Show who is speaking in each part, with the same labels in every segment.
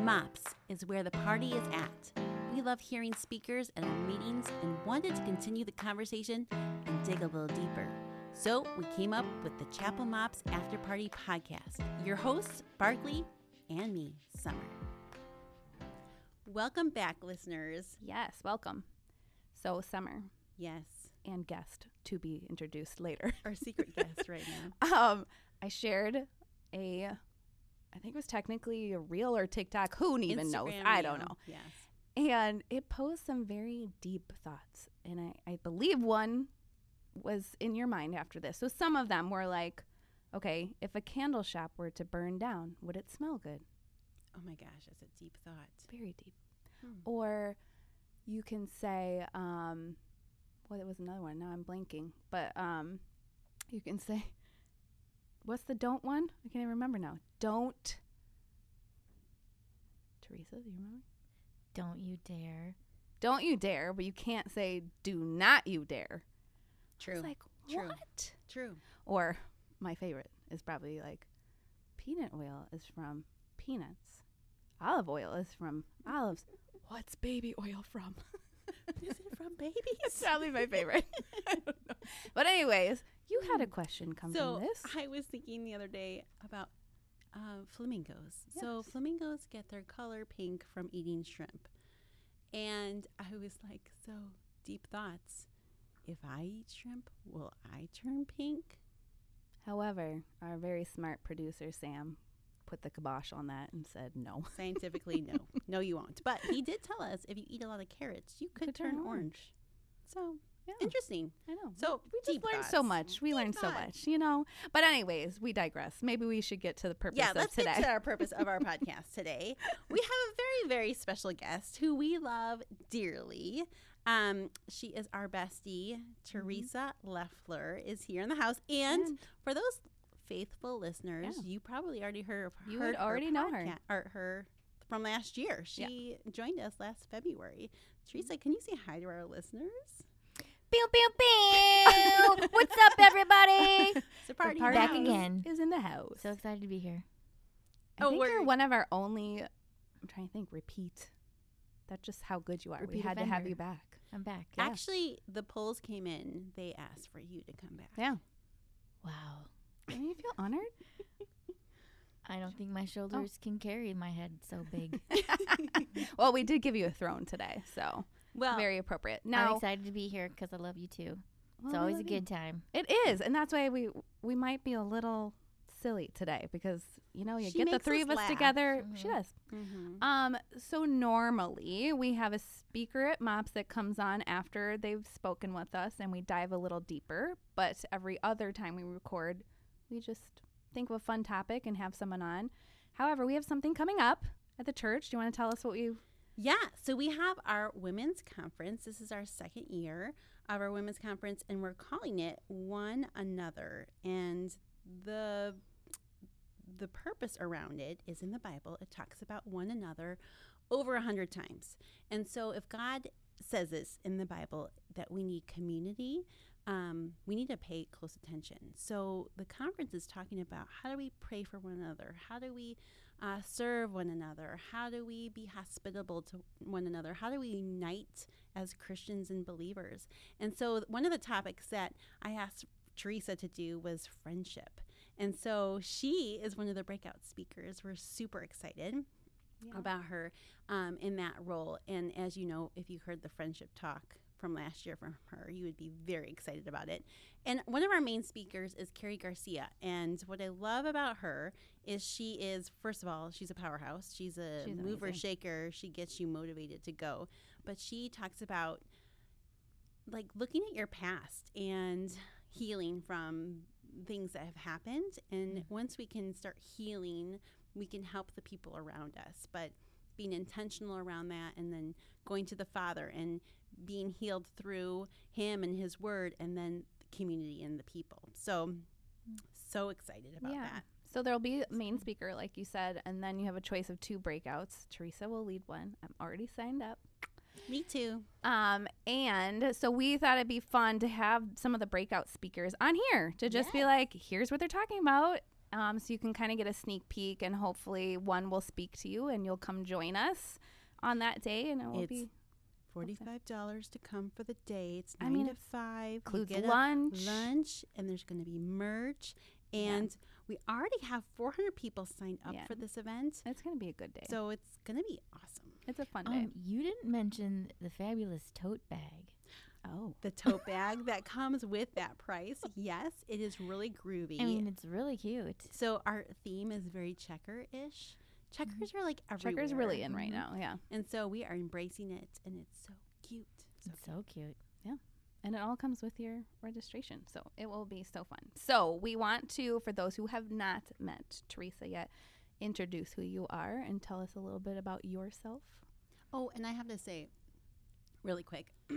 Speaker 1: MOPS is where the party is at. We love hearing speakers at our meetings and wanted to continue the conversation and dig a little deeper. So we came up with the Chapel MOPS After Party podcast. Your hosts, Barkley and me, Summer. Welcome back, listeners.
Speaker 2: Yes, welcome. So, Summer
Speaker 1: Yes,
Speaker 2: and guest to be introduced later.
Speaker 1: our secret guest right now.
Speaker 2: Um, I shared a, I think it was technically a reel or TikTok. Who even knows?
Speaker 1: Instagram
Speaker 2: I don't
Speaker 1: reel.
Speaker 2: know.
Speaker 1: Yes.
Speaker 2: And it posed some very deep thoughts. And I, I believe one was in your mind after this. So, some of them were like, okay, if a candle shop were to burn down, would it smell good?
Speaker 1: Oh my gosh, that's a deep thought.
Speaker 2: very deep.
Speaker 1: Hmm.
Speaker 2: Or you can say, um, well, there was another one. Now I'm blanking, but um, you can say, what's the don't one? I can't even remember now. Don't. Teresa, do you remember?
Speaker 3: Don't you dare.
Speaker 2: Don't you dare, but you can't say do not you dare.
Speaker 1: True.
Speaker 2: It's like,
Speaker 1: True.
Speaker 2: what?
Speaker 1: True.
Speaker 2: Or my favorite is probably like peanut oil is from peanuts. Olive oil is from olives. What's baby oil from?
Speaker 1: Is it from babies?
Speaker 2: It's probably my favorite. I don't know. But anyways, you had a question come
Speaker 1: so
Speaker 2: from this.
Speaker 1: I was thinking the other day about uh, flamingos. So
Speaker 2: Yes.
Speaker 1: flamingos get their color pink from eating shrimp, and I was like, so deep thoughts. If I eat shrimp, will I turn pink?
Speaker 2: However, our very smart producer Sam put the kibosh on that and said no.
Speaker 1: Scientifically, no, no, you won't. But he did tell us if you eat a lot of carrots, you could, turn, orange. So
Speaker 2: Yeah.
Speaker 1: interesting.
Speaker 2: I know.
Speaker 1: So
Speaker 2: we just
Speaker 1: deep
Speaker 2: learned
Speaker 1: thoughts.
Speaker 2: so much. We
Speaker 1: Deep
Speaker 2: learned so
Speaker 1: thoughts.
Speaker 2: much, you know. But anyways, we digress. Maybe we should get to the purpose
Speaker 1: yeah,
Speaker 2: of
Speaker 1: let's
Speaker 2: today.
Speaker 1: get to our purpose of our podcast today. We have a very, very special guest who we love dearly. Um, she is our
Speaker 2: Mm-hmm.
Speaker 1: bestie. Teresa Leffler is here in the house, and for those faithful listeners, you probably already heard of
Speaker 2: You
Speaker 1: heard
Speaker 2: would already know her.
Speaker 1: podca- or her from last year. She joined us last February. Teresa, can you say hi to our listeners?
Speaker 3: Pew, pew, pew. What's up, everybody?
Speaker 1: It's a party
Speaker 2: Party
Speaker 3: back
Speaker 1: now.
Speaker 2: house
Speaker 3: again.
Speaker 2: is in the house.
Speaker 3: So excited to be here.
Speaker 2: I
Speaker 1: Oh,
Speaker 2: think
Speaker 1: we're-
Speaker 2: you're one of our only. I'm trying to think. Repeat. That's just how good you are. we
Speaker 3: Repeat
Speaker 2: had to have
Speaker 3: offender.
Speaker 2: you back.
Speaker 3: I'm back.
Speaker 1: Actually, the polls came in. They asked for you to come back.
Speaker 2: Yeah.
Speaker 3: Wow.
Speaker 2: Don't you feel honored?
Speaker 3: I don't think my shoulders can carry my head so big.
Speaker 2: well, we did give you a throne today, so
Speaker 1: Well,
Speaker 2: very appropriate.
Speaker 3: I'm
Speaker 2: Now
Speaker 3: excited to be here because I love you too.
Speaker 2: Well,
Speaker 3: it's
Speaker 2: we
Speaker 3: always a
Speaker 2: love you.
Speaker 3: good time.
Speaker 2: it is, and that's why we we might be a little silly today because you know you
Speaker 1: She
Speaker 2: get the
Speaker 1: makes
Speaker 2: three
Speaker 1: us
Speaker 2: of us
Speaker 1: laugh.
Speaker 2: together. She does.
Speaker 1: mhm.
Speaker 2: Um, so normally we have a speaker at MOPS that comes on after they've spoken with us, and we dive a little deeper. But every other time we record, we just think of a fun topic and have someone on. However, we have something coming up at the church. Do you want to tell us what we?
Speaker 1: Yeah, so we have our women's conference. This is our second year of our women's conference, and we're calling it One Another. And the the purpose around it is in the Bible. It talks about one another over a hundred times. And so, if God says this in the Bible that we need community, um, we need to pay close attention. So, the conference is talking about how do we pray for one another? How do we uh, serve one another? How do we be hospitable to one another? How do we unite as Christians and believers? And so, one of the topics that I asked Teresa to do was friendship. And so she is one of the breakout speakers. We're super excited about her um, in that role. And as you know, if you heard the friendship talk from last year from her, you would be very excited about it. And one of our main speakers is Carrie Garcia. And what I love about her is she is, first of all, she's a powerhouse. She's a
Speaker 2: She's
Speaker 1: mover,
Speaker 2: amazing.
Speaker 1: shaker. She gets you motivated to go. But she talks about like looking at your past and healing from things that have happened and
Speaker 2: Mm.
Speaker 1: once we can start healing we can help the people around us but being intentional around that and then going to the father and being healed through him and his word and then the community and the people so so excited about that
Speaker 2: So there'll be a main speaker, like you said, and then you have a choice of two breakouts. Teresa will lead one. I'm already signed up.
Speaker 1: me too
Speaker 2: Um, and so we thought it'd be fun to have some of the breakout speakers on here to just be like, here's what they're talking about. Um, so you can kind of get a sneak peek, and hopefully one will speak to you, and you'll come join us on that day, and it will
Speaker 1: It's
Speaker 2: be
Speaker 1: Forty-five dollars to come for the day. It's
Speaker 2: I
Speaker 1: nine
Speaker 2: mean,
Speaker 1: to
Speaker 2: it
Speaker 1: five. You
Speaker 2: includes
Speaker 1: get a
Speaker 2: lunch.
Speaker 1: lunch, and there's going to be merch.
Speaker 2: Yeah.
Speaker 1: And we already have 400 people signed up
Speaker 2: Yeah.
Speaker 1: for this event,
Speaker 2: It's gonna be a good day.
Speaker 1: so it's going to be awesome.
Speaker 2: it's a fun day.
Speaker 3: Um, you didn't mention the fabulous tote bag.
Speaker 2: Oh,
Speaker 1: The tote bag that comes with that price, yes, it is really groovy.
Speaker 3: I mean, it's really cute.
Speaker 1: so our theme is very checker-ish. Checkers are like everywhere. Mm-hmm.
Speaker 2: checker's Mm-hmm. really in right
Speaker 3: Mhm.
Speaker 2: now. Yeah,
Speaker 1: and so we are embracing it, and it's so cute. So
Speaker 3: It's so cute.
Speaker 2: and it all comes with your registration, so it will be so fun. So we want to, for those who have not met Teresa yet, introduce who you are and tell us a little bit about yourself.
Speaker 1: Oh, and I have to say, really quick,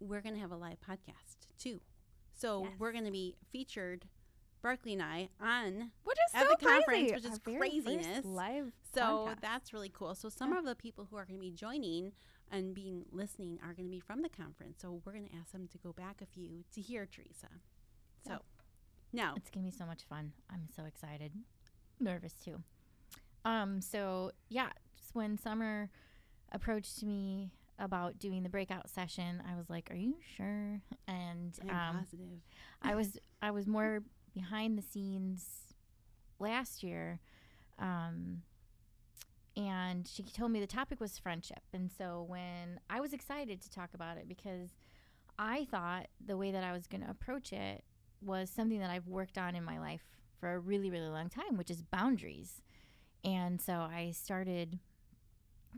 Speaker 1: we're going to have a live podcast too. So
Speaker 2: Yes.
Speaker 1: we're going to be featured, Barkley and I, on.
Speaker 2: Which is
Speaker 1: At
Speaker 2: so
Speaker 1: the conference,
Speaker 2: crazy.
Speaker 1: which is
Speaker 2: Our very first
Speaker 1: craziness.
Speaker 2: live.
Speaker 1: So
Speaker 2: podcast.
Speaker 1: that's really cool. So some of the people who are going to be joining and being listening are going to be from the conference. So we're going to ask them to go back a few to hear Teresa. So now,
Speaker 3: It's gonna be so much fun. I'm so excited. Nervous too. Um, so yeah, just when Summer approached me about doing the breakout session, I was like, Are you sure? And
Speaker 1: I'm
Speaker 3: um,
Speaker 1: positive.
Speaker 3: I was I was more behind the scenes last year, um, and she told me the topic was friendship, and so when I was excited to talk about it because I thought the way that I was going to approach it was something that I've worked on in my life for a really really long time, which is boundaries, and so I started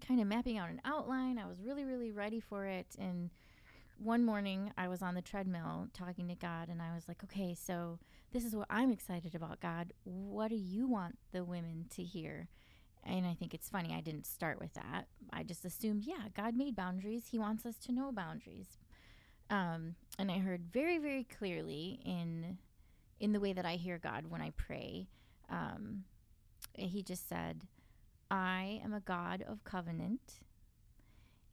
Speaker 3: kind of mapping out an outline. I was really really ready for it, and one morning I was on the treadmill talking to God and I was like, okay, so this is what I'm excited about, God. What do you want the women to hear? And I think it's funny, I didn't start with that. I just assumed, yeah, God made boundaries. He wants us to know boundaries. Um, and I heard very, very clearly in in the way that I hear God when I pray. Um, he just said, I am a God of covenant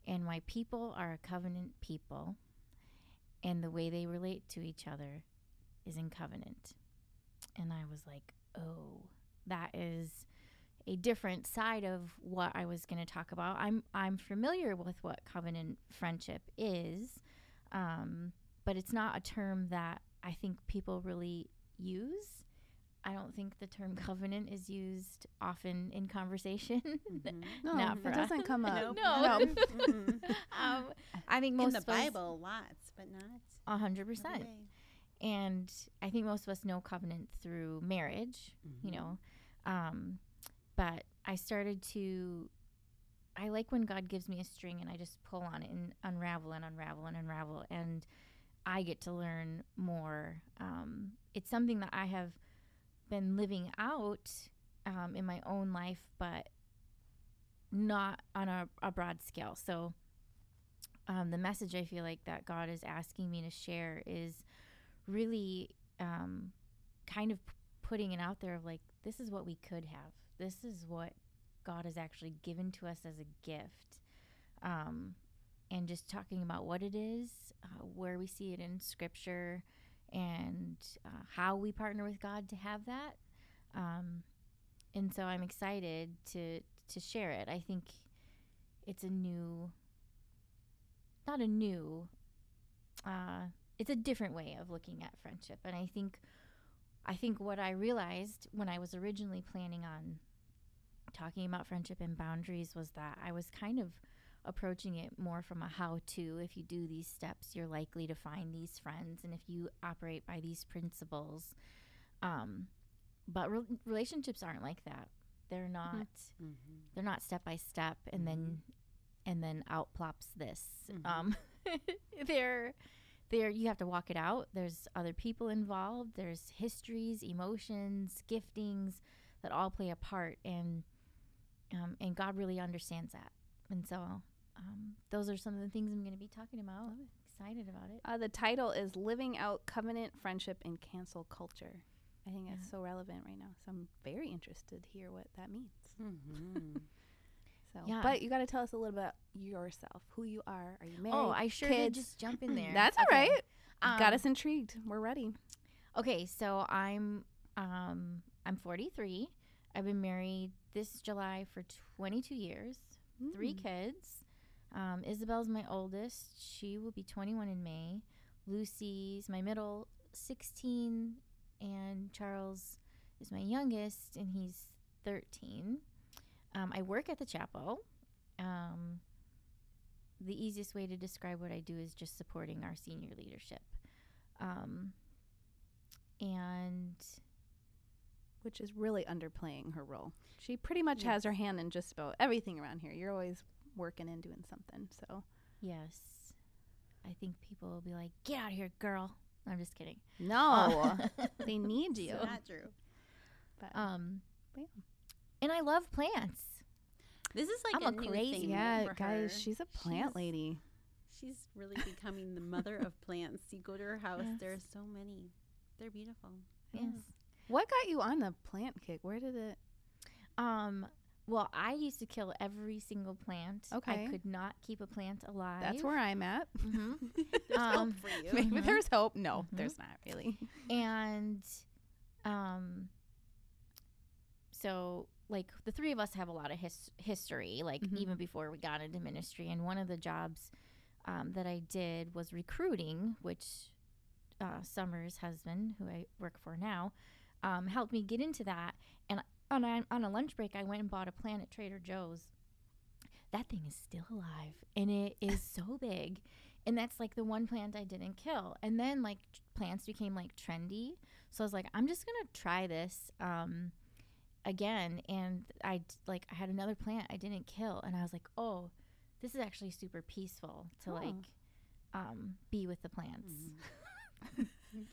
Speaker 3: and my people are a covenant people, and the way they relate to each other is in covenant. And I was like, oh, that is a different side of what I was going to talk about. I'm I'm familiar with what covenant friendship is, um, but it's not a term that I think people really use. I don't think the term covenant is used often in conversation.
Speaker 1: Mhm.
Speaker 2: no,
Speaker 3: not for
Speaker 2: it doesn't come up.
Speaker 1: Nope.
Speaker 3: No.
Speaker 1: Nope. Mm-mm.
Speaker 3: um, I think most
Speaker 1: In the
Speaker 3: of us-
Speaker 1: Bible, lots, but not.
Speaker 3: A hundred
Speaker 1: every
Speaker 3: percent.
Speaker 1: day.
Speaker 3: And I think most of us know covenant through marriage, you
Speaker 1: Mhm.
Speaker 3: know. Um, but I started to, I like when God gives me a string and I just pull on it and unravel and unravel and unravel. And I get to learn more. Um, it's something that I have been living out um, in my own life, but not on a, a broad scale. So, um, the message I feel like that God is asking me to share is really um, kind of p- putting it out there of like, this is what we could have. This is what God has actually given to us as a gift. Um, and just talking about what it is, uh, where we see it in scripture, and uh, how we partner with God to have that. Um, and so I'm excited to to share it. I think it's a new, not a new, uh, it's a different way of looking at friendship and i think i think what i realized when i was originally planning on talking about friendship and boundaries was that i was kind of approaching it more from a how to if you do these steps you're likely to find these friends and if you operate by these principles um, but re- relationships aren't like that they're not
Speaker 1: Mhm.
Speaker 3: they're not step by step and then and then out plops this
Speaker 1: Mhm.
Speaker 3: um they're they're you have to walk it out there's other people involved there's histories emotions giftings that all play a part and um, and god really understands that and so um, those are some of the things i'm going to be talking about I'm excited about it
Speaker 2: Uh, the title is Living Out Covenant Friendship in Cancel Culture. I think that's so relevant right now. So I'm very interested to hear what that means.
Speaker 1: Mhm.
Speaker 2: So,
Speaker 3: Yeah.
Speaker 2: but you got to tell us a little bit about yourself, who you are. Are you married?
Speaker 3: oh i sure
Speaker 2: kids.
Speaker 3: did just jump in there
Speaker 2: That's all
Speaker 3: Okay.
Speaker 2: right. got
Speaker 3: Um,
Speaker 2: us intrigued. We're ready.
Speaker 3: Okay, so I'm Um, I'm 43. I've been married this July for 22 years, three
Speaker 2: Mm.
Speaker 3: kids. Um, Isabel's my oldest. She will be 21 in May. Lucy's my middle, 16. And Charles is my youngest, and he's 13. Um, I work at the chapel. Um, the easiest way to describe what I do is just supporting our senior leadership. Um, and
Speaker 2: which is really underplaying her role. She pretty much
Speaker 3: Yes.
Speaker 2: has her hand in just about everything around here. You're always working and doing something. So
Speaker 3: yes, I think people will be like, get out of here, girl. I'm just kidding.
Speaker 2: no,
Speaker 3: Uh,
Speaker 2: Oh, they need you.
Speaker 1: It's not true.
Speaker 2: But
Speaker 3: um,
Speaker 2: Yeah.
Speaker 3: and I love plants.
Speaker 1: This is like
Speaker 3: I'm
Speaker 1: a,
Speaker 3: a
Speaker 1: new
Speaker 3: crazy-
Speaker 1: thing
Speaker 2: yeah,
Speaker 1: for
Speaker 2: guys,
Speaker 1: her.
Speaker 2: she's a plant
Speaker 1: She's-
Speaker 2: lady.
Speaker 1: She's really becoming the mother of plants. You go to her house,
Speaker 3: Yes.
Speaker 1: there are so many. They're beautiful.
Speaker 3: Yes.
Speaker 2: What got you on the plant kick? Where did it?
Speaker 3: Um, well, I used to kill every single plant.
Speaker 2: Okay.
Speaker 3: I could not keep a plant alive.
Speaker 2: That's where I'm at.
Speaker 3: hmm
Speaker 1: There's
Speaker 3: Um,
Speaker 1: hope for you.
Speaker 2: Maybe
Speaker 3: Mhm.
Speaker 2: there's hope. No,
Speaker 3: Mhm.
Speaker 2: there's not really.
Speaker 3: and um so like the three of us have a lot of his- history like
Speaker 2: Mhm.
Speaker 3: even before we got into ministry and one of the jobs um, that i did was recruiting which uh, summer's husband who i work for now um, helped me get into that and on a, on a lunch break i went and bought a plant at trader joe's that thing is still alive and it is so big and that's like the one plant i didn't kill and then like t- plants became like trendy so i was like i'm just gonna try this um again and i d- like i had another plant i didn't kill and i was like oh this is actually super peaceful to
Speaker 2: Oh.
Speaker 3: like um be with the plants
Speaker 1: Mm-hmm.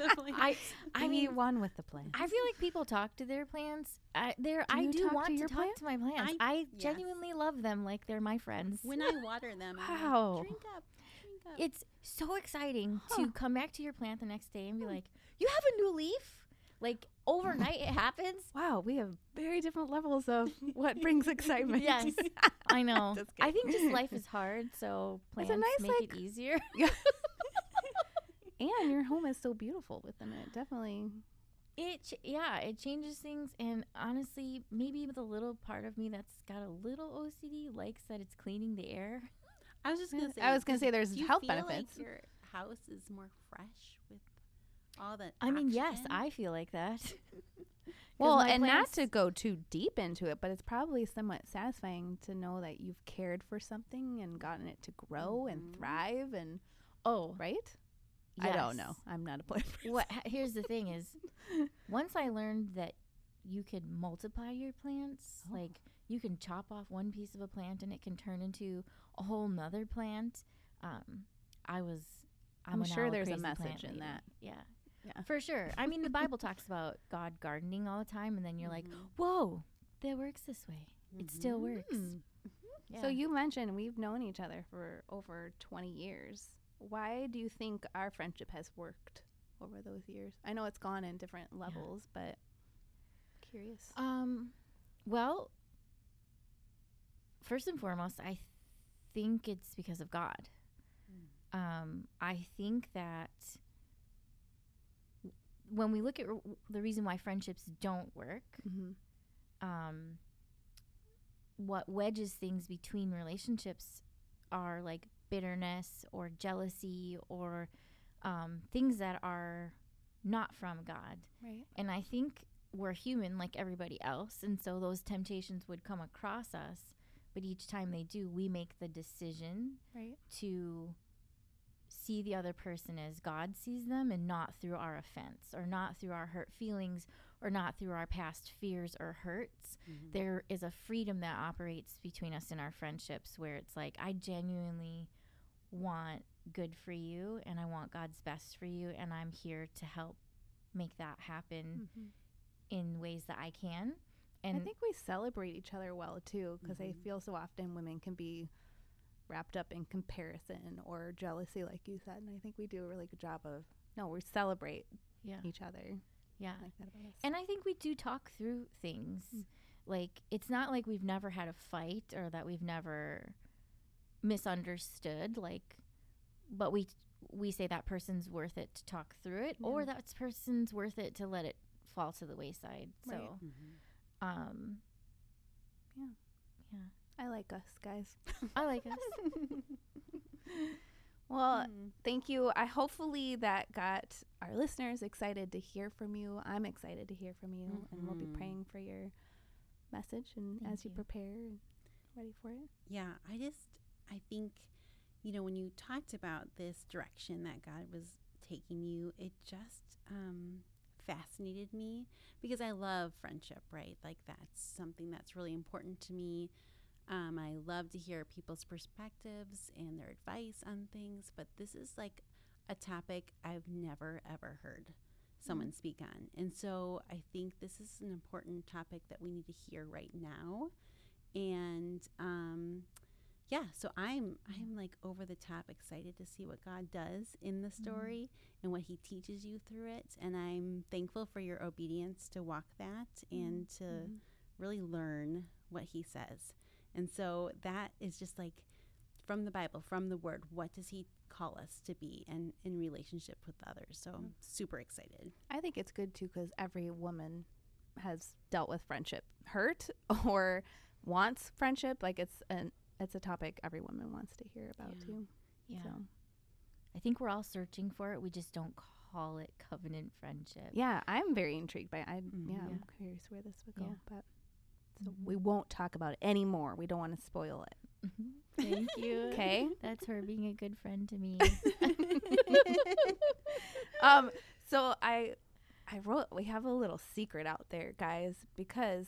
Speaker 1: I,
Speaker 3: i i mean
Speaker 2: one with the plant.
Speaker 3: I feel like people talk to their plants. I, there,
Speaker 2: Do
Speaker 3: I
Speaker 2: you
Speaker 3: do
Speaker 2: talk to
Speaker 3: want to,
Speaker 2: your
Speaker 3: talk
Speaker 2: plant?
Speaker 3: to my plants. I,
Speaker 1: yes.
Speaker 3: genuinely love them like they're my friends.
Speaker 1: when I water them, I'm
Speaker 2: Wow.
Speaker 1: like, drink up, drink up.
Speaker 3: It's so exciting
Speaker 2: Huh. Hmm.
Speaker 3: to come back to your plant the next day and be like, "You have a new leaf!" Like overnight, it happens.
Speaker 2: Wow, we have very different levels of what brings excitement.
Speaker 3: Yes, I know.
Speaker 2: Just
Speaker 3: I think just
Speaker 2: kidding.
Speaker 3: life is hard, so
Speaker 2: It's
Speaker 3: plants
Speaker 2: a nice,
Speaker 3: make
Speaker 2: like-
Speaker 3: it easier.
Speaker 2: and your home is so beautiful with them. It definitely
Speaker 3: It, ch- yeah, it changes things, and honestly, maybe the little part of me that's got a little OCD likes that it's cleaning the air.
Speaker 1: I was just gonna say.
Speaker 2: I was gonna say there's
Speaker 1: do you
Speaker 2: health
Speaker 1: feel
Speaker 2: benefits.
Speaker 1: Like your house is more fresh with all that.
Speaker 3: I mean, yes,
Speaker 1: oxygen?
Speaker 3: I feel like that. 'Cause
Speaker 2: Well,
Speaker 3: my
Speaker 2: and not to
Speaker 3: plants-
Speaker 2: go too deep into it, but it's probably somewhat satisfying to know that you've cared for something and gotten it to grow and
Speaker 1: Mhm.
Speaker 2: thrive and
Speaker 3: Oh,
Speaker 2: right? I don't know.
Speaker 3: yes.
Speaker 2: I'm not a plant person.
Speaker 3: What? h- Here's the thing: is once I learned that you could multiply your plants,
Speaker 2: Oh.
Speaker 3: like you can chop off one piece of a plant and it can turn into a whole nother plant. Um, I was. I'm,
Speaker 2: I'm
Speaker 3: a
Speaker 2: sure
Speaker 3: now
Speaker 2: there's a
Speaker 3: crazy plant
Speaker 2: message in
Speaker 3: lady.
Speaker 2: that.
Speaker 3: Yeah.
Speaker 2: Yeah.
Speaker 3: For sure. I mean, the Bible talks about God gardening all the time, and then you're like,
Speaker 2: Mm-hmm.
Speaker 1: Mhm.
Speaker 3: "Whoa, that works this way. It still works."
Speaker 2: Mm.
Speaker 3: Yeah.
Speaker 2: So you mentioned we've known each other for over 20 years. Why do you think our friendship has worked over those years? I know it's gone in different levels, but curious.
Speaker 3: Um, well, first and foremost, I think it's because of God. Um, I think that when we look at r- the reason why friendships don't work,
Speaker 2: Mm-hmm.
Speaker 3: um, what wedges things between relationships are like bitterness or jealousy or um, things that are not from God.
Speaker 2: Right.
Speaker 3: And I think we're human like everybody else. And so those temptations would come across us. But each time they do, we make the decision
Speaker 2: Right.
Speaker 3: to see the other person as God sees them and not through our offense or not through our hurt feelings or not through our past fears or hurts.
Speaker 1: Mhm.
Speaker 3: There is a freedom that operates between us in our friendships where it's like, I genuinely want good for you and I want God's best for you, and I'm here to help make that
Speaker 2: Mm.
Speaker 3: happen
Speaker 2: Mm-hmm.
Speaker 3: in ways that I can. And Mm-hmm.
Speaker 2: I think we celebrate each other well too, because I
Speaker 1: Mhm.
Speaker 2: feel so often women can be wrapped up in comparison or jealousy, like you said. And I think we do a really good job of no, we celebrate
Speaker 3: yeah,
Speaker 2: each other.
Speaker 3: yeah. Hmm.
Speaker 2: I like that about us.
Speaker 3: And I think we do talk through things.
Speaker 2: Mm.
Speaker 3: Like it's not like we've never had a fight or that we've never misunderstood like but we we say that person's worth it to talk through it or
Speaker 2: Yeah.
Speaker 3: that person's worth it to let it fall to the wayside.
Speaker 2: Right.
Speaker 3: So, um,
Speaker 2: Yeah.
Speaker 3: yeah,
Speaker 2: I like us, guys.
Speaker 3: I like us.
Speaker 2: Well,
Speaker 3: Hmm.
Speaker 1: Mm.
Speaker 2: thank you. I hopefully that got our listeners excited to hear from you. I'm excited to hear from you, and we'll be
Speaker 1: Mhm.
Speaker 2: praying for your message and
Speaker 3: Mm-hmm. Thank
Speaker 2: as you,
Speaker 3: you.
Speaker 2: prepare and ready for it.
Speaker 1: Yeah, I just I think you know when you talked about this direction that God was taking you, it just um fascinated me because I love friendship, right? Like that's something that's really important to me. Um, I love to hear people's perspectives and their advice on things, but this is like a topic I've never ever heard someone speak on. And so I think this is an important topic that we need to hear right now. And um, yeah, so I'm I'm like over the top excited to see what God does in the story and what he teaches you through it. And I'm thankful for your obedience to walk that
Speaker 3: Mm-hmm.
Speaker 1: and to
Speaker 2: Mhm.
Speaker 1: really learn what he says. And so that is just like from the Bible, from the word, what does he call us to be and in relationship with others? So
Speaker 3: Mm-hmm.
Speaker 1: I'm super excited.
Speaker 2: I think it's good too because every woman has dealt with friendship hurt or wants friendship. Like it's an it's a topic every woman wants to hear about
Speaker 1: Yeah.
Speaker 2: too.
Speaker 3: yeah,
Speaker 2: So
Speaker 3: I think we're all searching for it. We just don't call it covenant friendship.
Speaker 2: yeah, I'm very intrigued by. I
Speaker 1: Mhm.
Speaker 2: yeah, I'm
Speaker 3: Yeah.
Speaker 2: curious where this would go,
Speaker 3: Yeah.
Speaker 2: but so
Speaker 3: Mhm.
Speaker 2: we won't talk about it anymore. We don't want to spoil it.
Speaker 3: Mhm. Thank you.
Speaker 2: Okay.
Speaker 3: That's her being a good friend to me.
Speaker 2: um. So I, I wrote. We have a little secret out there, guys, because,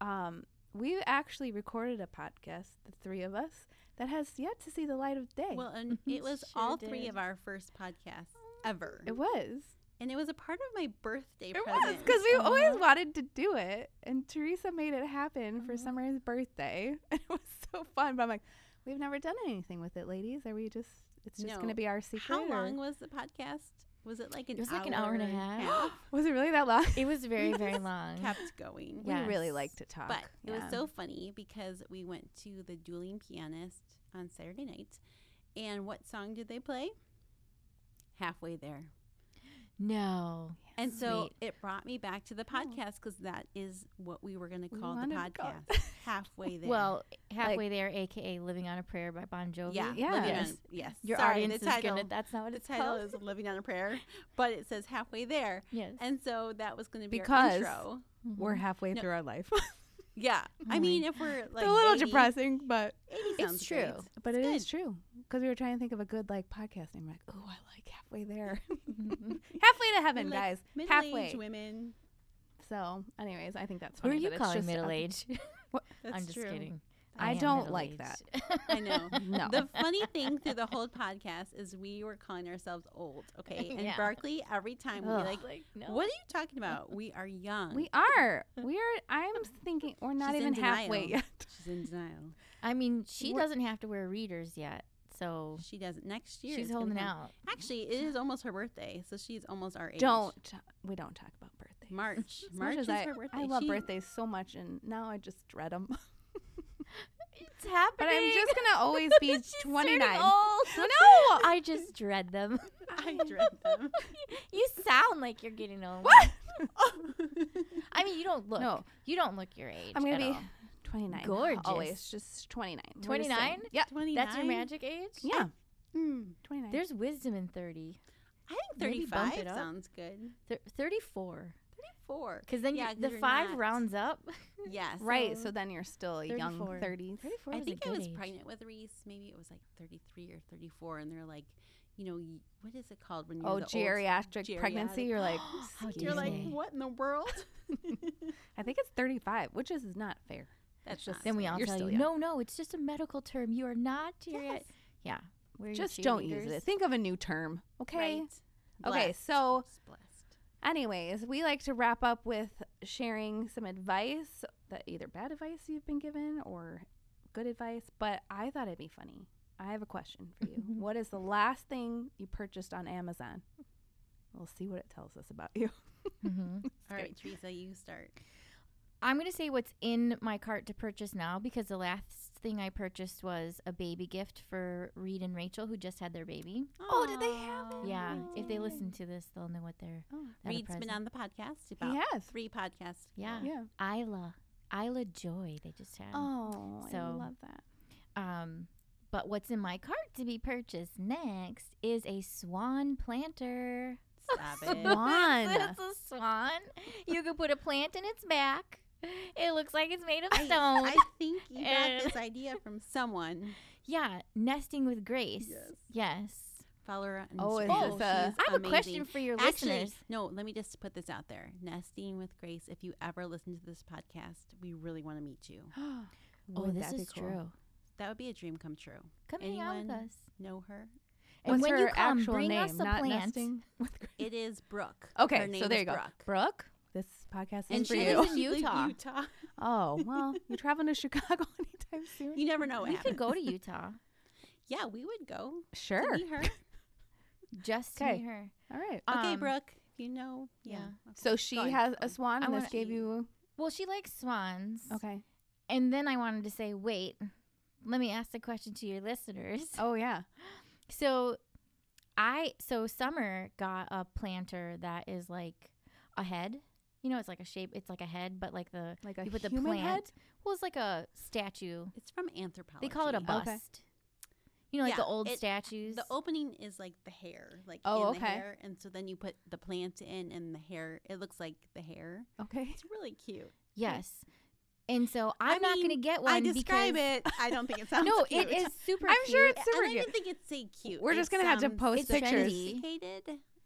Speaker 2: um, we actually recorded a podcast, the three of us, that has yet to see the light of day.
Speaker 1: Well, and it was
Speaker 3: Sure
Speaker 1: all three
Speaker 3: did.
Speaker 1: of our first podcasts ever.
Speaker 2: it was.
Speaker 1: And it was a part of my birthday
Speaker 2: It was
Speaker 1: present.
Speaker 2: because we
Speaker 3: Uh-huh.
Speaker 2: always wanted to do it, and Teresa made it happen for
Speaker 3: Uh-huh.
Speaker 2: Summer's birthday, and it was so fun. But I'm like, we've never done anything with it, ladies. Are we just? It's just going
Speaker 1: No.
Speaker 2: to be our secret.
Speaker 1: How
Speaker 2: or-
Speaker 1: long was the podcast? Was it like an
Speaker 3: It was like an hour and a half.
Speaker 2: was it? Really that long?
Speaker 3: it was very, very long.
Speaker 1: Kept going.
Speaker 3: Yeah.
Speaker 2: We really
Speaker 3: Yes.
Speaker 2: like to talk,
Speaker 1: But it was
Speaker 2: Yeah.
Speaker 1: so funny because we went to the Dueling Pianist on Saturday night. And what song did they play? Halfway there.
Speaker 3: No.
Speaker 1: And so
Speaker 3: Sweet.
Speaker 1: it brought me back to the podcast because that is what we were going to
Speaker 2: We
Speaker 1: call the
Speaker 2: wanted to call-
Speaker 1: podcast. Halfway there.
Speaker 3: Well, halfway there, aka "Living on a Prayer" by Bon Jovi.
Speaker 1: yeah.
Speaker 2: yeah.
Speaker 1: Living
Speaker 3: Yes.
Speaker 1: on- yes.
Speaker 3: Your
Speaker 1: Sorry,
Speaker 3: audience
Speaker 1: the title,
Speaker 3: is gonna. That's not what
Speaker 1: The
Speaker 3: it's
Speaker 1: title
Speaker 3: called.
Speaker 1: is Living on a Prayer, but it says halfway there.
Speaker 3: yes.
Speaker 1: And so that was going to be
Speaker 2: Because-
Speaker 1: our intro.
Speaker 3: Mhm.
Speaker 2: We're halfway
Speaker 1: No.
Speaker 2: through our life.
Speaker 1: Yeah. I
Speaker 3: Oh
Speaker 1: mean,
Speaker 3: my-
Speaker 1: if we're like.
Speaker 2: it's a little
Speaker 1: 80,
Speaker 2: depressing, but
Speaker 1: 80
Speaker 3: It's
Speaker 1: sounds
Speaker 3: true.
Speaker 1: great.
Speaker 2: but it
Speaker 1: It's
Speaker 2: is true because we were trying to think of a good like podcast name. We're like, oh, I like halfway there, halfway to heaven,
Speaker 1: like
Speaker 2: guys, halfway.
Speaker 1: Middle-aged women.
Speaker 2: So, anyways, I think that's
Speaker 3: Who are
Speaker 2: funny.
Speaker 3: you
Speaker 2: that it's
Speaker 3: calling
Speaker 2: just a-
Speaker 3: middle age?
Speaker 1: That's
Speaker 3: I'm just
Speaker 1: true.
Speaker 3: kidding.
Speaker 2: I
Speaker 3: am
Speaker 2: don't like
Speaker 3: middle-aged.
Speaker 1: I know.
Speaker 2: No.
Speaker 1: The funny thing through the whole podcast is we were calling ourselves old, okay? And
Speaker 3: Yeah.
Speaker 1: Barkley, every time, would be
Speaker 2: Ugh.
Speaker 1: like,
Speaker 3: no.
Speaker 1: what are you talking about? We are young.
Speaker 2: We are. We are. I'm thinking we're not
Speaker 1: She's in
Speaker 2: even halfway
Speaker 1: denial.
Speaker 2: yet.
Speaker 1: She's in denial.
Speaker 3: I mean, she
Speaker 2: We're-
Speaker 3: doesn't have to wear readers yet, so
Speaker 1: She doesn't. Next year,
Speaker 3: she's
Speaker 1: it's gonna
Speaker 3: holding
Speaker 1: come.
Speaker 3: out.
Speaker 1: Actually, it is almost her birthday, so she's almost our age.
Speaker 2: Don't. t- We don't talk about birthdays.
Speaker 1: March.
Speaker 2: As much
Speaker 1: March
Speaker 2: as
Speaker 1: is
Speaker 2: I,
Speaker 1: her birthday.
Speaker 2: I love
Speaker 1: She-
Speaker 2: birthdays so much, and now I just dread them.
Speaker 3: It's happening.
Speaker 2: But I'm just gonna always be 29.
Speaker 3: No,
Speaker 2: No,
Speaker 3: I just dread them.
Speaker 1: I dread them.
Speaker 3: You sound like you're getting old. Oh. I mean, you don't look.
Speaker 2: No.
Speaker 3: you don't look your age.
Speaker 2: I'm gonna
Speaker 3: at
Speaker 2: be
Speaker 3: all.
Speaker 2: 29.
Speaker 3: Gorgeous.
Speaker 2: Always just 29. We're just
Speaker 3: 29?
Speaker 2: saying- Yeah.
Speaker 1: 29.
Speaker 3: That's your magic age.
Speaker 2: Yeah.
Speaker 1: Mm.
Speaker 2: 29.
Speaker 3: There's wisdom in 30.
Speaker 1: I think
Speaker 3: Maybe bump
Speaker 1: 35
Speaker 3: it up.
Speaker 1: sounds good.
Speaker 3: Thir- 34.
Speaker 1: 34.
Speaker 3: Because then
Speaker 1: Yeah,
Speaker 3: you,
Speaker 1: 'cause
Speaker 3: the
Speaker 1: you're
Speaker 3: five
Speaker 1: not-
Speaker 3: rounds up.
Speaker 1: Yes.
Speaker 2: right.
Speaker 3: so
Speaker 2: So then you're still a young
Speaker 3: 34.
Speaker 2: 30s.
Speaker 3: 34
Speaker 1: I
Speaker 3: is a
Speaker 1: think I
Speaker 3: good
Speaker 1: was
Speaker 3: age.
Speaker 1: pregnant with Reese. Maybe it was like 33 or 34, and they're like, you know, y- what is it called when you're
Speaker 2: Oh,
Speaker 1: the old-
Speaker 2: geriatric pregnancy.
Speaker 1: geriatric-
Speaker 2: You're like,
Speaker 3: How
Speaker 2: excuse
Speaker 1: You're like,
Speaker 2: me.
Speaker 3: Disney.
Speaker 1: what in the world?
Speaker 2: I think it's 35, which is not fair.
Speaker 1: That's
Speaker 2: just-
Speaker 1: just
Speaker 3: Then we all
Speaker 2: You're
Speaker 3: tell
Speaker 2: still
Speaker 3: you,
Speaker 2: young.
Speaker 3: no, no, it's just a medical term. You are not geriatric.
Speaker 1: yes.
Speaker 3: Yeah. We're
Speaker 2: Just don't use it. Think of a new term. Okay.
Speaker 1: Right.
Speaker 2: Okay,
Speaker 1: Blessed.
Speaker 2: so-
Speaker 1: Just blessed.
Speaker 2: Anyways, we like to wrap up with sharing some advice that either bad advice you've been given or good advice, but I thought it'd be funny. I have a question for you. what is the last thing you purchased on Amazon? We'll see what it tells us about you.
Speaker 3: hmm
Speaker 1: All
Speaker 2: Just
Speaker 1: right, Teresa, you start.
Speaker 3: I'm going to say what's in my cart to purchase now because the last thing I purchased was a baby gift for Reed and Rachel who just had their baby.
Speaker 2: Oh, did they have
Speaker 1: Aw.
Speaker 2: it?
Speaker 3: Yeah, if they
Speaker 2: Yay.
Speaker 3: listen to this, they'll know what they're.
Speaker 2: Oh,
Speaker 3: that a
Speaker 1: Reed's been
Speaker 3: present.
Speaker 1: on the podcast about
Speaker 2: he has.
Speaker 1: three podcasts.
Speaker 3: Yeah.
Speaker 1: ago.
Speaker 2: Yeah.
Speaker 3: Isla, Isla Joy. They just had.
Speaker 2: Oh, I
Speaker 3: So-
Speaker 2: love that.
Speaker 3: Um, but what's in my cart to be purchased next is a swan planter.
Speaker 1: Stop it.
Speaker 3: Swan.
Speaker 2: That's
Speaker 3: it's a swan. You could put a plant in its back. It looks like it's made of
Speaker 1: I,
Speaker 3: stone.
Speaker 1: I think you
Speaker 3: And-
Speaker 1: got this idea from someone.
Speaker 3: yeah, nesting with grace.
Speaker 1: Yes.
Speaker 3: Yes.
Speaker 1: Follow her on
Speaker 2: Oh, is
Speaker 1: Instagram.
Speaker 2: this a-
Speaker 1: she's
Speaker 3: I have a
Speaker 1: amazing.
Speaker 3: question for your
Speaker 1: Actually,
Speaker 3: listeners.
Speaker 1: no, let me just put this out there. Nesting with Grace, if you ever listen to this podcast, we really want to meet you.
Speaker 3: Oh,
Speaker 2: Would
Speaker 3: this
Speaker 2: that be
Speaker 3: is
Speaker 2: cool?
Speaker 3: true.
Speaker 1: That would be a dream come true.
Speaker 3: Come hang out with
Speaker 1: Anyone?
Speaker 3: us.
Speaker 1: Know her?
Speaker 3: And
Speaker 2: What's
Speaker 3: when you
Speaker 2: her
Speaker 3: come,
Speaker 2: actual
Speaker 3: bring
Speaker 2: name?
Speaker 3: us a
Speaker 2: not
Speaker 3: plant.
Speaker 2: nesting with Grace.
Speaker 1: It is Brooke.
Speaker 2: Okay,
Speaker 1: her name
Speaker 2: so there
Speaker 1: is
Speaker 2: you go.
Speaker 1: Brooke.
Speaker 2: Brooke, this podcast
Speaker 1: And
Speaker 2: is for
Speaker 1: she
Speaker 2: you.
Speaker 1: lives in
Speaker 3: Utah.
Speaker 1: Utah.
Speaker 2: oh, well, you're traveling to Chicago anytime soon?
Speaker 1: You never know what
Speaker 3: We
Speaker 1: happens.
Speaker 3: could go to Utah.
Speaker 1: Yeah, we would go.
Speaker 2: sure.
Speaker 1: To meet her.
Speaker 3: Just to
Speaker 2: Okay.
Speaker 3: meet her.
Speaker 2: All right.
Speaker 1: okay,
Speaker 3: Um,
Speaker 1: Brooke. You know. Yeah.
Speaker 3: yeah.
Speaker 1: okay,
Speaker 2: So she
Speaker 1: go ahead, go
Speaker 2: has a
Speaker 1: on.
Speaker 2: swan,
Speaker 3: I
Speaker 2: and this
Speaker 3: wanna-
Speaker 2: gave you.
Speaker 3: Well, she likes swans.
Speaker 2: Okay.
Speaker 3: And then I wanted to say, wait, let me ask the question to your listeners.
Speaker 2: Oh, yeah.
Speaker 3: So I so Summer got a planter that is like a head. You know, it's like a shape. It's like a head, but like the
Speaker 2: Like a
Speaker 3: you put the
Speaker 2: human
Speaker 3: plant.
Speaker 2: head?
Speaker 3: Well, it's like a statue.
Speaker 1: It's from anthropology.
Speaker 3: They call it a bust.
Speaker 2: Okay.
Speaker 3: You know, like the
Speaker 1: Yeah,
Speaker 3: old
Speaker 1: it-
Speaker 3: statues.
Speaker 1: The opening is like the hair, like
Speaker 2: Oh,
Speaker 1: in the
Speaker 2: okay.
Speaker 1: hair, and so then you put the plant in, and the hair. It looks like the hair.
Speaker 2: Okay.
Speaker 1: It's really cute.
Speaker 3: yes. And so I'm not
Speaker 1: mean,
Speaker 3: gonna get one.
Speaker 1: I describe
Speaker 3: because,
Speaker 1: it. I don't think it sounds.
Speaker 3: No,
Speaker 1: cute.
Speaker 3: it is super.
Speaker 2: I'm sure
Speaker 3: cute.
Speaker 2: it's
Speaker 1: I
Speaker 2: super
Speaker 1: don't
Speaker 2: cute.
Speaker 1: even think it's say cute.
Speaker 2: We're just
Speaker 1: It
Speaker 2: gonna have to
Speaker 1: sounds
Speaker 2: post
Speaker 1: it's
Speaker 3: pictures.
Speaker 1: Sophisticated.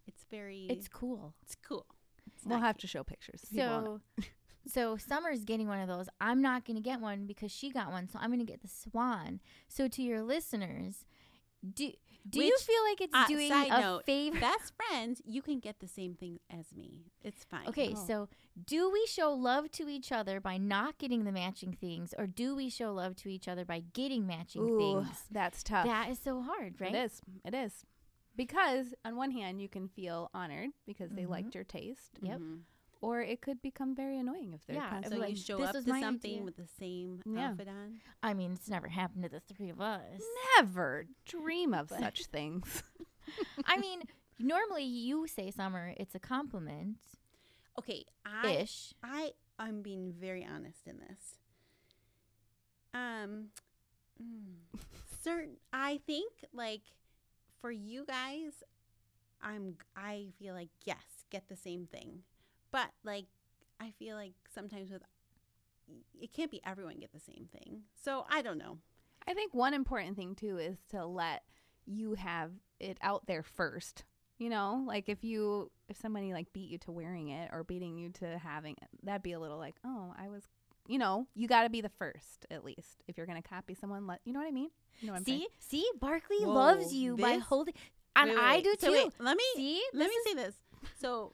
Speaker 1: It's very.
Speaker 3: it's cool.
Speaker 1: it's cool. It's
Speaker 2: We'll
Speaker 1: not
Speaker 2: have
Speaker 1: cute.
Speaker 2: to show pictures. People won't know.
Speaker 3: So, so Summer's getting one of those. I'm not going to get one because she got one, so I'm going to get the swan. So to your listeners, do do you
Speaker 1: Which,
Speaker 3: feel like it's
Speaker 1: uh,
Speaker 3: doing
Speaker 1: side
Speaker 3: a
Speaker 1: note,
Speaker 3: favor?
Speaker 1: Best friends, you can get the same thing as me. It's fine.
Speaker 3: Okay,
Speaker 2: Oh.
Speaker 3: so do we show love to each other by not getting the matching things, or do we show love to each other by getting matching
Speaker 2: Ooh,
Speaker 3: things?
Speaker 2: that's tough.
Speaker 3: That is so hard, right?
Speaker 2: It is. It is. Because on one hand, you can feel honored because they liked your taste,
Speaker 3: Yep.
Speaker 1: Mhm.
Speaker 2: or it could become very annoying if they're
Speaker 3: Yeah,
Speaker 2: constantly.
Speaker 1: So you
Speaker 3: like,
Speaker 1: show
Speaker 3: this
Speaker 1: up to
Speaker 3: was my
Speaker 1: something
Speaker 3: idea.
Speaker 1: with the same
Speaker 2: Yeah.
Speaker 1: outfit on.
Speaker 3: I mean, it's never happened to the three of us.
Speaker 2: never dream of such things.
Speaker 3: I mean, normally you say, Summer, it's a compliment
Speaker 1: Okay, I
Speaker 3: ish.
Speaker 1: I I'm being very honest in this. Um, mm, certain I think like for you guys, I'm g- I feel like yes, get the same thing, but like I feel like sometimes with it can't be everyone get the same thing. So I don't know.
Speaker 2: I think one important thing too is to let you have it out there first. You know, like if you if somebody like beat you to wearing it or beating you to having it, that'd be a little like, oh, I was. You know, you got to be the first at least if you're gonna copy someone. Let you know what I mean. You know what I'm saying?
Speaker 3: See, see, Barkley
Speaker 1: Whoa,
Speaker 3: loves you by
Speaker 1: this-
Speaker 3: holding, and
Speaker 1: Wait, wait,
Speaker 3: I
Speaker 1: wait.
Speaker 3: do
Speaker 1: So
Speaker 3: too.
Speaker 1: wait, let me
Speaker 3: see,
Speaker 1: let
Speaker 3: This
Speaker 1: me
Speaker 3: is-
Speaker 1: say this. So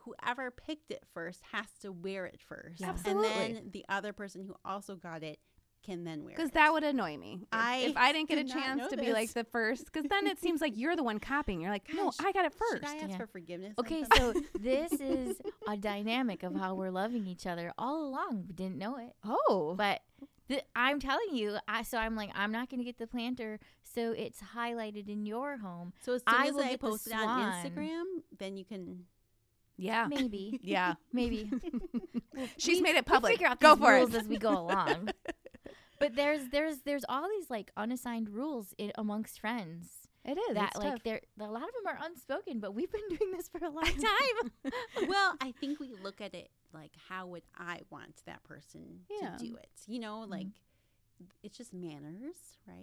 Speaker 1: whoever picked it first has to wear it first,
Speaker 3: Yeah.
Speaker 1: and
Speaker 2: Absolutely.
Speaker 1: then the other person who also got it can then wear it.
Speaker 2: Because that would annoy me. If I,
Speaker 1: I
Speaker 2: if I didn't get a
Speaker 1: did not
Speaker 2: chance
Speaker 1: know
Speaker 2: to be like
Speaker 1: this.
Speaker 2: the first, because then it seems like you're the one copying. You're like, no,
Speaker 1: Gosh,
Speaker 2: I got it
Speaker 1: Should
Speaker 2: first.
Speaker 1: I ask
Speaker 3: Yeah.
Speaker 1: for forgiveness? on
Speaker 3: Okay, so
Speaker 1: something?
Speaker 3: this is a dynamic of how we're loving each other all along. We didn't know it,
Speaker 2: Oh,
Speaker 3: but th- I'm telling you, I so I'm like, I'm not going to get the planter, so it's highlighted in your home.
Speaker 1: so as soon
Speaker 3: I
Speaker 1: as
Speaker 3: will
Speaker 1: I
Speaker 3: get the
Speaker 1: post it on
Speaker 3: swan.
Speaker 1: Instagram, then you can. Oh.
Speaker 2: yeah,
Speaker 3: Maybe,
Speaker 2: yeah.
Speaker 3: maybe
Speaker 2: She's made it
Speaker 3: We'll
Speaker 2: public.
Speaker 3: figure out
Speaker 2: Go
Speaker 3: these
Speaker 2: for
Speaker 3: rules
Speaker 2: it.
Speaker 3: as we go along. but there's there's there's all these like unassigned rules in, amongst friends.
Speaker 2: It is
Speaker 3: that
Speaker 2: it's
Speaker 3: like
Speaker 2: tough.
Speaker 3: they're a lot of them are unspoken, but we've been doing this for a long time.
Speaker 1: Well, I think we look at it like, how would I want that person
Speaker 2: Yeah.
Speaker 1: to do it? You know, like it's just manners, right?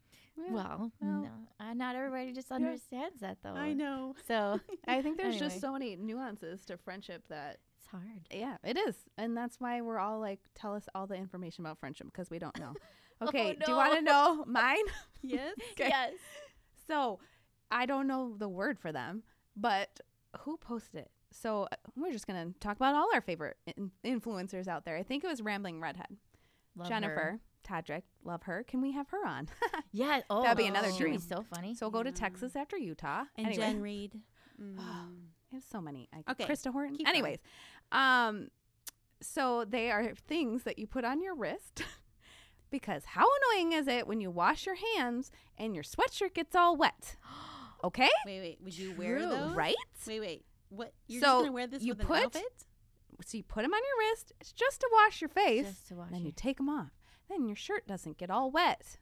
Speaker 2: Yeah.
Speaker 3: well,
Speaker 2: Well,
Speaker 3: no, uh, not everybody just understands that though.
Speaker 1: know.
Speaker 3: So
Speaker 2: I think there's
Speaker 3: anyway.
Speaker 2: just so many nuances to friendship that
Speaker 3: it's hard.
Speaker 2: yeah, it is, and that's why we're all like, tell us all the information about friendship because we don't know. Okay, do you want
Speaker 3: no.
Speaker 2: to know mine?
Speaker 1: Yes.
Speaker 2: Okay.
Speaker 3: Yes.
Speaker 2: So I don't know the word for them, but who posted it? So uh, we're just going to talk about all our favorite in- influencers out there. I think it was Rambling Redhead.
Speaker 3: Love her.
Speaker 2: Jennifer Tadrick, love her. Can we have her on?
Speaker 3: Yeah. Oh,
Speaker 2: That'd be another
Speaker 3: she would
Speaker 2: dream.
Speaker 3: so funny.
Speaker 2: so go to
Speaker 1: Yeah.
Speaker 2: Texas after Utah.
Speaker 1: And
Speaker 2: anyway,
Speaker 1: Jen Reed. Mm.
Speaker 2: I have so many. I,
Speaker 1: Okay,
Speaker 2: Krista Horton.
Speaker 1: keep going.
Speaker 2: Anyways, um, So they are things that you put on your wrist because how annoying is it when you wash your hands and your sweatshirt gets all wet? Okay?
Speaker 1: Wait, wait. Would you wear
Speaker 3: True.
Speaker 1: those?
Speaker 2: Right?
Speaker 1: Oh. Wait, wait. What? You're
Speaker 2: So,
Speaker 1: just gonna wear this
Speaker 2: you
Speaker 1: with an
Speaker 2: put-
Speaker 1: outfit?
Speaker 2: So you put them on your wrist it's just to wash your face.
Speaker 3: Just to wash
Speaker 2: then
Speaker 3: your-
Speaker 2: you take them off. Then your shirt doesn't get all wet.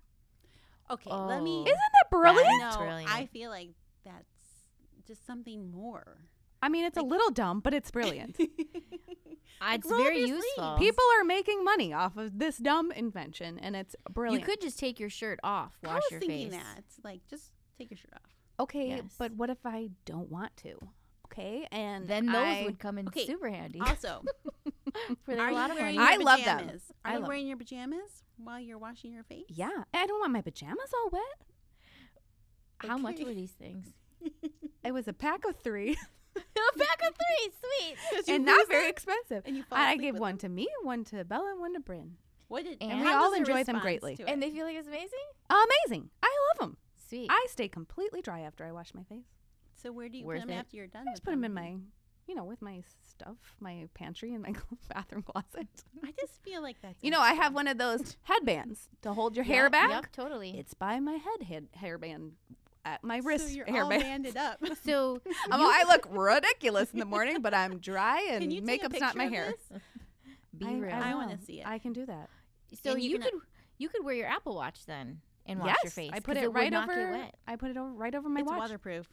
Speaker 1: Okay, let me.
Speaker 3: Oh.
Speaker 2: Isn't that brilliant?
Speaker 1: I
Speaker 3: That's
Speaker 1: know.
Speaker 3: brilliant.
Speaker 1: I feel like that's just something more.
Speaker 2: I mean, it's a little dumb, but it's brilliant.
Speaker 3: Uh, it's
Speaker 1: roll up
Speaker 3: very
Speaker 1: your sleeves.
Speaker 3: useful.
Speaker 2: People are making money off of this dumb invention, and it's brilliant.
Speaker 3: you could just take your shirt off,
Speaker 1: I
Speaker 3: wash
Speaker 1: was
Speaker 3: your
Speaker 1: thinking
Speaker 3: face.
Speaker 1: that. Like, just take your shirt off.
Speaker 2: okay,
Speaker 3: Yes.
Speaker 2: but what if I don't want to? Okay, and
Speaker 3: Then those
Speaker 2: I-
Speaker 3: would come in
Speaker 1: Okay.
Speaker 3: super handy.
Speaker 1: Also,
Speaker 3: For
Speaker 1: are
Speaker 3: a
Speaker 1: you
Speaker 3: lot of
Speaker 1: wearing
Speaker 3: money.
Speaker 1: your
Speaker 2: I love them.
Speaker 1: pajamas?
Speaker 2: I
Speaker 1: Are you
Speaker 2: love
Speaker 1: wearing your pajamas while you're washing your face?
Speaker 2: Yeah, I don't want my pajamas all wet.
Speaker 3: How much
Speaker 1: Okay.
Speaker 3: were these things?
Speaker 2: It was a pack of three,
Speaker 3: a pack of three, sweet.
Speaker 1: you
Speaker 2: and not
Speaker 1: lose
Speaker 2: very
Speaker 1: them
Speaker 2: expensive.
Speaker 1: and you fall
Speaker 2: I
Speaker 1: asleep
Speaker 2: gave
Speaker 1: with
Speaker 2: one to me, one to Bella, and one to Bryn.
Speaker 1: What did,
Speaker 3: And
Speaker 1: how
Speaker 3: we
Speaker 1: was
Speaker 2: all
Speaker 1: the
Speaker 2: enjoy them
Speaker 1: response
Speaker 2: greatly.
Speaker 1: to
Speaker 3: And
Speaker 1: it?
Speaker 3: they feel like it's amazing?
Speaker 2: Amazing! I love them.
Speaker 3: Sweet.
Speaker 2: I stay completely dry after I wash my face.
Speaker 1: so where do you put
Speaker 3: Worth
Speaker 1: them
Speaker 3: it.
Speaker 1: after you're done?
Speaker 2: I
Speaker 1: with
Speaker 2: just put them in my, you know, with my stuff, my pantry, and my bathroom closet.
Speaker 1: I just feel like that's.
Speaker 2: You know, I
Speaker 1: extra.
Speaker 2: have one of those headbands to hold your
Speaker 3: Yep,
Speaker 2: hair back.
Speaker 3: Yep, totally.
Speaker 2: It's by my head, head hairband at my wrist
Speaker 1: So you're all
Speaker 2: hairband.
Speaker 1: banded up.
Speaker 3: so
Speaker 2: I'm all- I look ridiculous in the morning, but I'm dry and
Speaker 1: Can you take a
Speaker 2: makeup's not
Speaker 1: picture
Speaker 2: my
Speaker 1: of
Speaker 2: hair.
Speaker 1: this?
Speaker 3: be
Speaker 2: I,
Speaker 3: real.
Speaker 1: I wanna
Speaker 2: will.
Speaker 1: see it.
Speaker 2: I can do that.
Speaker 3: so
Speaker 1: and
Speaker 3: you, uh,
Speaker 1: you can-
Speaker 3: could you could wear your Apple Watch then and wash
Speaker 2: yes,
Speaker 3: your face.
Speaker 2: I put
Speaker 3: 'cause
Speaker 2: it
Speaker 3: would
Speaker 2: right
Speaker 3: not
Speaker 2: over.
Speaker 3: get wet.
Speaker 2: I put it over right over my
Speaker 1: it's
Speaker 2: watch.
Speaker 1: waterproof.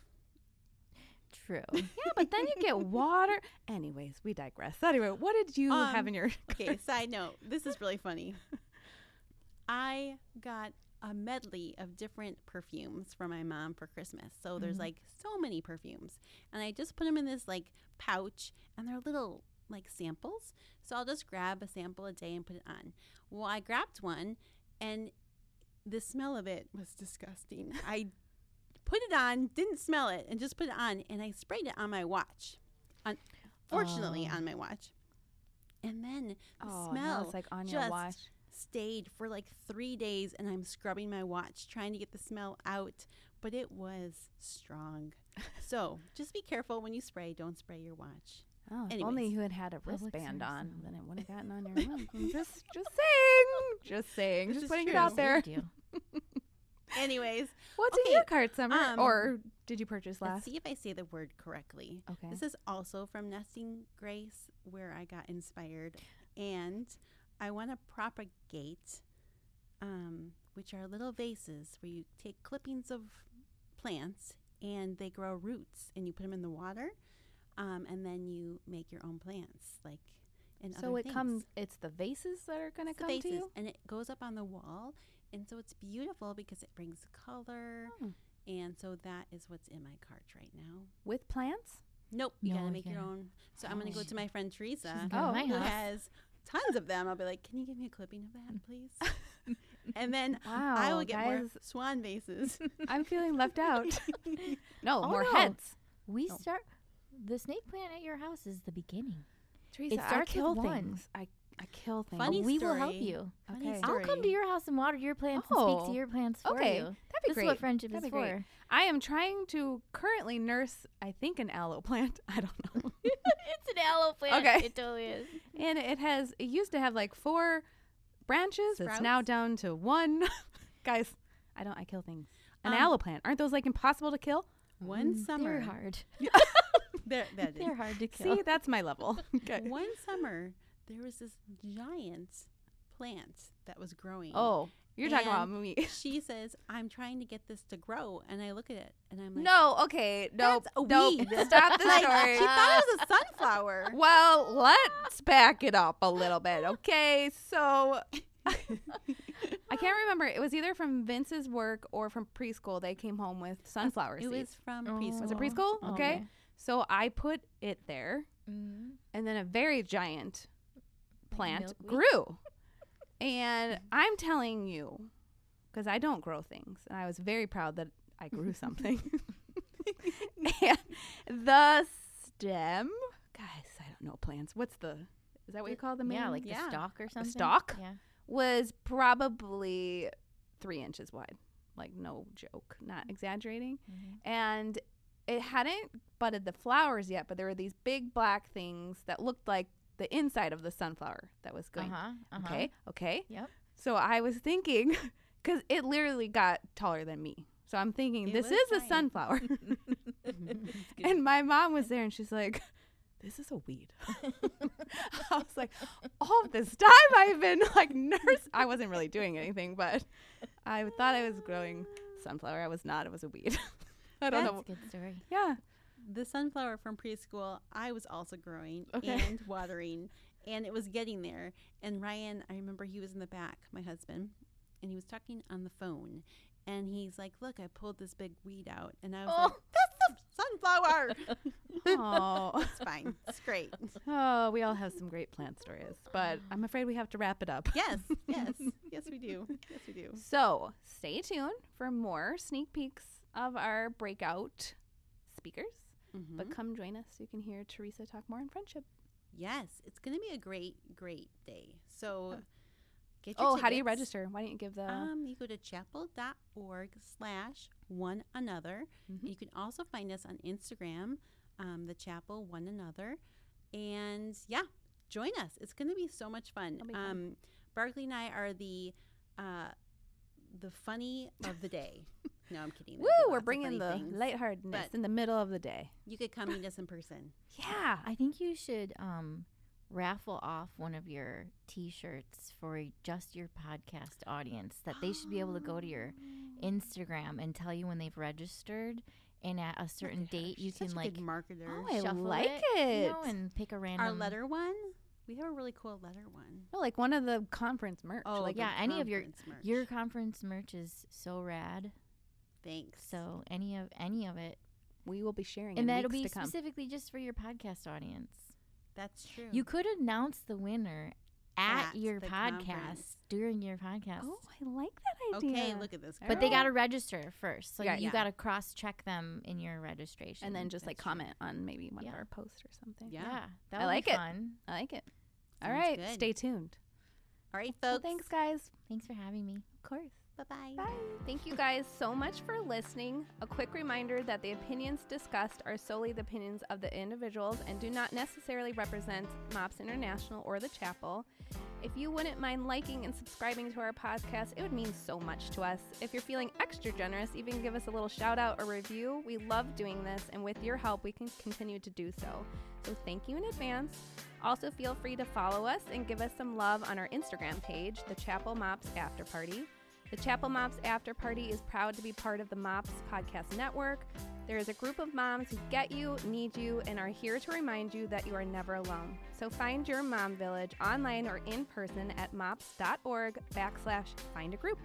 Speaker 3: True.
Speaker 2: Yeah, but then you get water. Anyways, we digress. Anyway, what did you have
Speaker 1: Um,
Speaker 2: in your?
Speaker 1: Okay, side note. This is really funny. I got a medley of different perfumes from my mom for Christmas. So there's
Speaker 3: Mhm.
Speaker 1: like so many perfumes. And I just put them in this like pouch and they're little like samples. So I'll just grab a sample a day and put it on. Well, I grabbed one and the smell of it was disgusting. I put it on, didn't smell it, and just put it on and I sprayed it on my watch. On, fortunately,
Speaker 3: Oh.
Speaker 1: on my watch. And then the
Speaker 2: oh,
Speaker 1: smell
Speaker 2: no, it's like on your
Speaker 1: just
Speaker 2: watch.
Speaker 1: stayed for like three days and I'm scrubbing my watch trying to get the smell out, but it was strong. so just be careful when you spray, don't spray your watch.
Speaker 2: Oh, if
Speaker 1: anyways.
Speaker 2: only you had had a
Speaker 3: Public
Speaker 2: wristband
Speaker 3: service
Speaker 2: on, then
Speaker 3: announcement.
Speaker 2: it would have gotten on your mouth. I'm just, just saying, just saying,
Speaker 1: This
Speaker 2: just
Speaker 1: is
Speaker 2: putting it
Speaker 1: true.
Speaker 2: out there.
Speaker 3: Saved you.
Speaker 1: Anyways,
Speaker 2: What's
Speaker 1: Okay,
Speaker 2: in your cart, Summer?
Speaker 1: um,
Speaker 2: or did you purchase
Speaker 1: let's
Speaker 2: last?
Speaker 1: see if I say the word correctly.
Speaker 2: Okay.
Speaker 1: This is also from Nesting Grace, where I got inspired. And I want to propagate, um, which are little vases where you take clippings of plants and they grow roots and you put them in the water. Um, and then you make your own plants, like in
Speaker 2: so
Speaker 1: other
Speaker 2: it
Speaker 1: things.
Speaker 2: comes. It's the vases that are going to
Speaker 1: It's the
Speaker 2: come to
Speaker 1: vases,
Speaker 2: you.
Speaker 1: and it goes up on the wall, and so it's beautiful because it brings color,
Speaker 2: Oh.
Speaker 1: and so that is what's in my cart right now.
Speaker 2: with plants.
Speaker 1: Nope, you
Speaker 3: No,
Speaker 1: gotta
Speaker 3: you
Speaker 1: make your
Speaker 3: gotta-
Speaker 1: own. So I'm gonna go
Speaker 3: Oh.
Speaker 1: to my friend Teresa,
Speaker 3: She's gonna
Speaker 2: Oh,
Speaker 3: my
Speaker 1: who
Speaker 3: house.
Speaker 1: has tons of them. I'll be like, "Can you give me a clipping of that, please?" and then
Speaker 3: Oh,
Speaker 2: Wow,
Speaker 1: I will get more
Speaker 2: guys,
Speaker 1: swan vases.
Speaker 2: I'm feeling left out. no,
Speaker 3: Oh,
Speaker 2: more
Speaker 3: no.
Speaker 2: heads.
Speaker 3: We
Speaker 2: Oh.
Speaker 3: start the snake plant at your house is the beginning.
Speaker 2: Teresa,
Speaker 3: It starts
Speaker 2: I kill
Speaker 3: with one.
Speaker 2: things. I I kill things.
Speaker 1: Funny
Speaker 3: we will help
Speaker 1: story.
Speaker 3: you.
Speaker 1: Funny
Speaker 2: Okay.
Speaker 3: I'll come to
Speaker 1: story.
Speaker 3: your house and water your plants and speak
Speaker 2: Oh.
Speaker 3: to your plants for
Speaker 2: Okay,
Speaker 3: you.
Speaker 2: that'd be
Speaker 3: this
Speaker 2: great.
Speaker 3: is what friendship
Speaker 2: That'd
Speaker 3: is
Speaker 2: be great.
Speaker 3: for.
Speaker 2: I am trying to currently nurse. I think an aloe plant. I don't know.
Speaker 3: it's an aloe plant.
Speaker 2: Okay.
Speaker 3: It totally is.
Speaker 2: and it has. It used to have like four branches. It's now
Speaker 1: Sprouts?
Speaker 2: down to one. Guys, I don't. I kill things. An
Speaker 1: Um,
Speaker 2: aloe plant. Aren't those like impossible to kill?
Speaker 1: One
Speaker 3: Mm, They're
Speaker 1: summer,
Speaker 3: hard.
Speaker 1: there, that is.
Speaker 3: They're hard to kill.
Speaker 2: See, that's my level. Okay.
Speaker 1: One summer, there was this giant plant that was growing.
Speaker 2: Oh, you're talking about
Speaker 1: And
Speaker 2: me.
Speaker 1: She says, "I'm trying to get this to grow," and I look at it and I'm like,
Speaker 2: No, okay, nope,
Speaker 1: a
Speaker 2: nope.
Speaker 1: weed.
Speaker 2: Stop the
Speaker 1: Like,
Speaker 2: story.
Speaker 1: she thought it was a sunflower.
Speaker 2: well, let's back it up a little bit, okay? So, I can't remember. It was either from Vince's work or from preschool. They came home with sunflower
Speaker 1: It
Speaker 2: seeds.
Speaker 1: was from
Speaker 3: Oh.
Speaker 1: preschool.
Speaker 2: Was it preschool?
Speaker 3: Oh,
Speaker 2: okay.
Speaker 3: okay.
Speaker 2: So I put it there,
Speaker 3: Mm.
Speaker 2: and then a very giant plant
Speaker 3: milkweed?
Speaker 2: grew. and I'm telling you, because I don't grow things, and I was very proud that I grew something. and the stem, guys, I don't know plants. What's the, is that what you call them?
Speaker 3: Yeah, like
Speaker 1: yeah.
Speaker 3: the stalk or something.
Speaker 2: stalk?
Speaker 3: Yeah.
Speaker 2: was probably three inches wide. Like, no joke, not exaggerating.
Speaker 3: Mhm.
Speaker 2: And it hadn't budded the flowers yet, but there were these big black things that looked like the inside of the sunflower that was going.
Speaker 3: Uh-huh, uh-huh.
Speaker 2: Okay, okay.
Speaker 3: Yep.
Speaker 2: So I was thinking, because it literally got taller than me. So I'm thinking,
Speaker 3: It
Speaker 2: this
Speaker 3: was
Speaker 2: is a
Speaker 3: giant.
Speaker 2: sunflower. and my mom was there and she's like, this is a weed. I was like, all this time I've been like nurse. I wasn't really doing anything, but I thought I was growing sunflower. I was not. It was a weed. I don't
Speaker 3: That's
Speaker 2: know.
Speaker 3: a good story.
Speaker 2: Yeah.
Speaker 1: The sunflower from preschool, I was also growing
Speaker 2: Okay.
Speaker 1: and watering, and it was getting there. And Ryan, I remember he was in the back, my husband, and he was talking on the phone. And he's like, Look, I pulled this big weed out. And I was like, That's the sunflower.
Speaker 2: Oh.
Speaker 1: it's fine. It's great.
Speaker 2: oh, we all have some great plant stories, but I'm afraid we have to wrap it up.
Speaker 1: Yes, yes, yes, we do. Yes, we do.
Speaker 2: So stay tuned for more sneak peeks of our breakout speakers.
Speaker 1: Mhm.
Speaker 2: But come join us. so You can hear Teresa talk more on friendship.
Speaker 1: Yes, it's going to be a great, great day. So get your
Speaker 2: Oh, how do you
Speaker 1: tickets.
Speaker 2: register? Why don't you give the
Speaker 1: Um, you go to chapel.org slash one another.
Speaker 2: Mhm.
Speaker 1: You can also find us on Instagram, um, the chapel one another. And yeah, join us. It's going to be so much fun.
Speaker 2: It'll be fun.
Speaker 1: Um, Barkley and I are the uh, the funny of the day. no, I'm kidding.
Speaker 2: Woo,
Speaker 1: There'll be lots
Speaker 2: we're
Speaker 1: of funny
Speaker 2: bringing the
Speaker 1: things.
Speaker 2: lightheartedness
Speaker 1: but-
Speaker 2: in the middle of the day.
Speaker 1: You could come meet us in person.
Speaker 2: Yeah.
Speaker 3: I think you should um, raffle off one of your T-shirts for just your podcast audience. That they should be able to go to your Instagram and tell you when they've registered, and at a certain
Speaker 1: Look at her.
Speaker 3: date you
Speaker 1: She's such
Speaker 3: can
Speaker 1: a
Speaker 3: like
Speaker 1: good marketer.
Speaker 2: Oh, I
Speaker 3: shuffle
Speaker 2: like
Speaker 3: you know,
Speaker 2: it.
Speaker 3: and pick a random
Speaker 1: Our letter one. We have a really cool letter one.
Speaker 2: No, like one of the conference merch.
Speaker 1: Oh,
Speaker 2: like
Speaker 1: the
Speaker 3: yeah, any of your-
Speaker 1: conference merch.
Speaker 3: Your conference merch is so rad.
Speaker 1: thanks.
Speaker 3: So any of any of it,
Speaker 2: we will be sharing.
Speaker 3: and
Speaker 2: in
Speaker 3: that'll
Speaker 2: weeks to
Speaker 3: be
Speaker 2: come.
Speaker 3: specifically just for your podcast audience.
Speaker 1: that's true.
Speaker 3: You could announce the winner at,
Speaker 1: At
Speaker 3: your
Speaker 1: the
Speaker 3: podcast
Speaker 1: conference.
Speaker 3: during your podcast.
Speaker 2: Oh, I like that idea.
Speaker 1: okay? Look at this.
Speaker 3: But they
Speaker 1: girl.
Speaker 3: got to register first. So
Speaker 2: Yeah,
Speaker 3: you
Speaker 1: yeah.
Speaker 3: got to cross check them in your registration.
Speaker 2: and then just like
Speaker 1: That's true.
Speaker 2: comment on maybe one
Speaker 3: Yeah.
Speaker 2: of our posts or something.
Speaker 1: Yeah.
Speaker 3: yeah, that
Speaker 2: I
Speaker 3: would
Speaker 2: like
Speaker 3: be
Speaker 2: it.
Speaker 3: fun.
Speaker 2: I like it. All
Speaker 1: Sounds
Speaker 2: right,
Speaker 1: good.
Speaker 2: stay tuned.
Speaker 1: All right,
Speaker 2: Well,
Speaker 1: folks.
Speaker 2: thanks, guys.
Speaker 3: Thanks for having me.
Speaker 2: Of course.
Speaker 1: Bye-bye.
Speaker 2: Bye. Thank you guys so much for listening. A quick reminder that the opinions discussed are solely the opinions of the individuals and do not necessarily represent MOPS International or the chapel. If you wouldn't mind liking and subscribing to our podcast, it would mean so much to us. If you're feeling extra generous, even give us a little shout out or review. We love doing this, and with your help, we can continue to do so. So thank you in advance. Also, feel free to follow us and give us some love on our Instagram page, the Chapel Mops After Party. The Chapel Mops After Party is proud to be part of the Mops Podcast Network. There is a group of moms who get you, need you, and are here to remind you that you are never alone. So find your mom village online or in person at mops.org backslash find a group.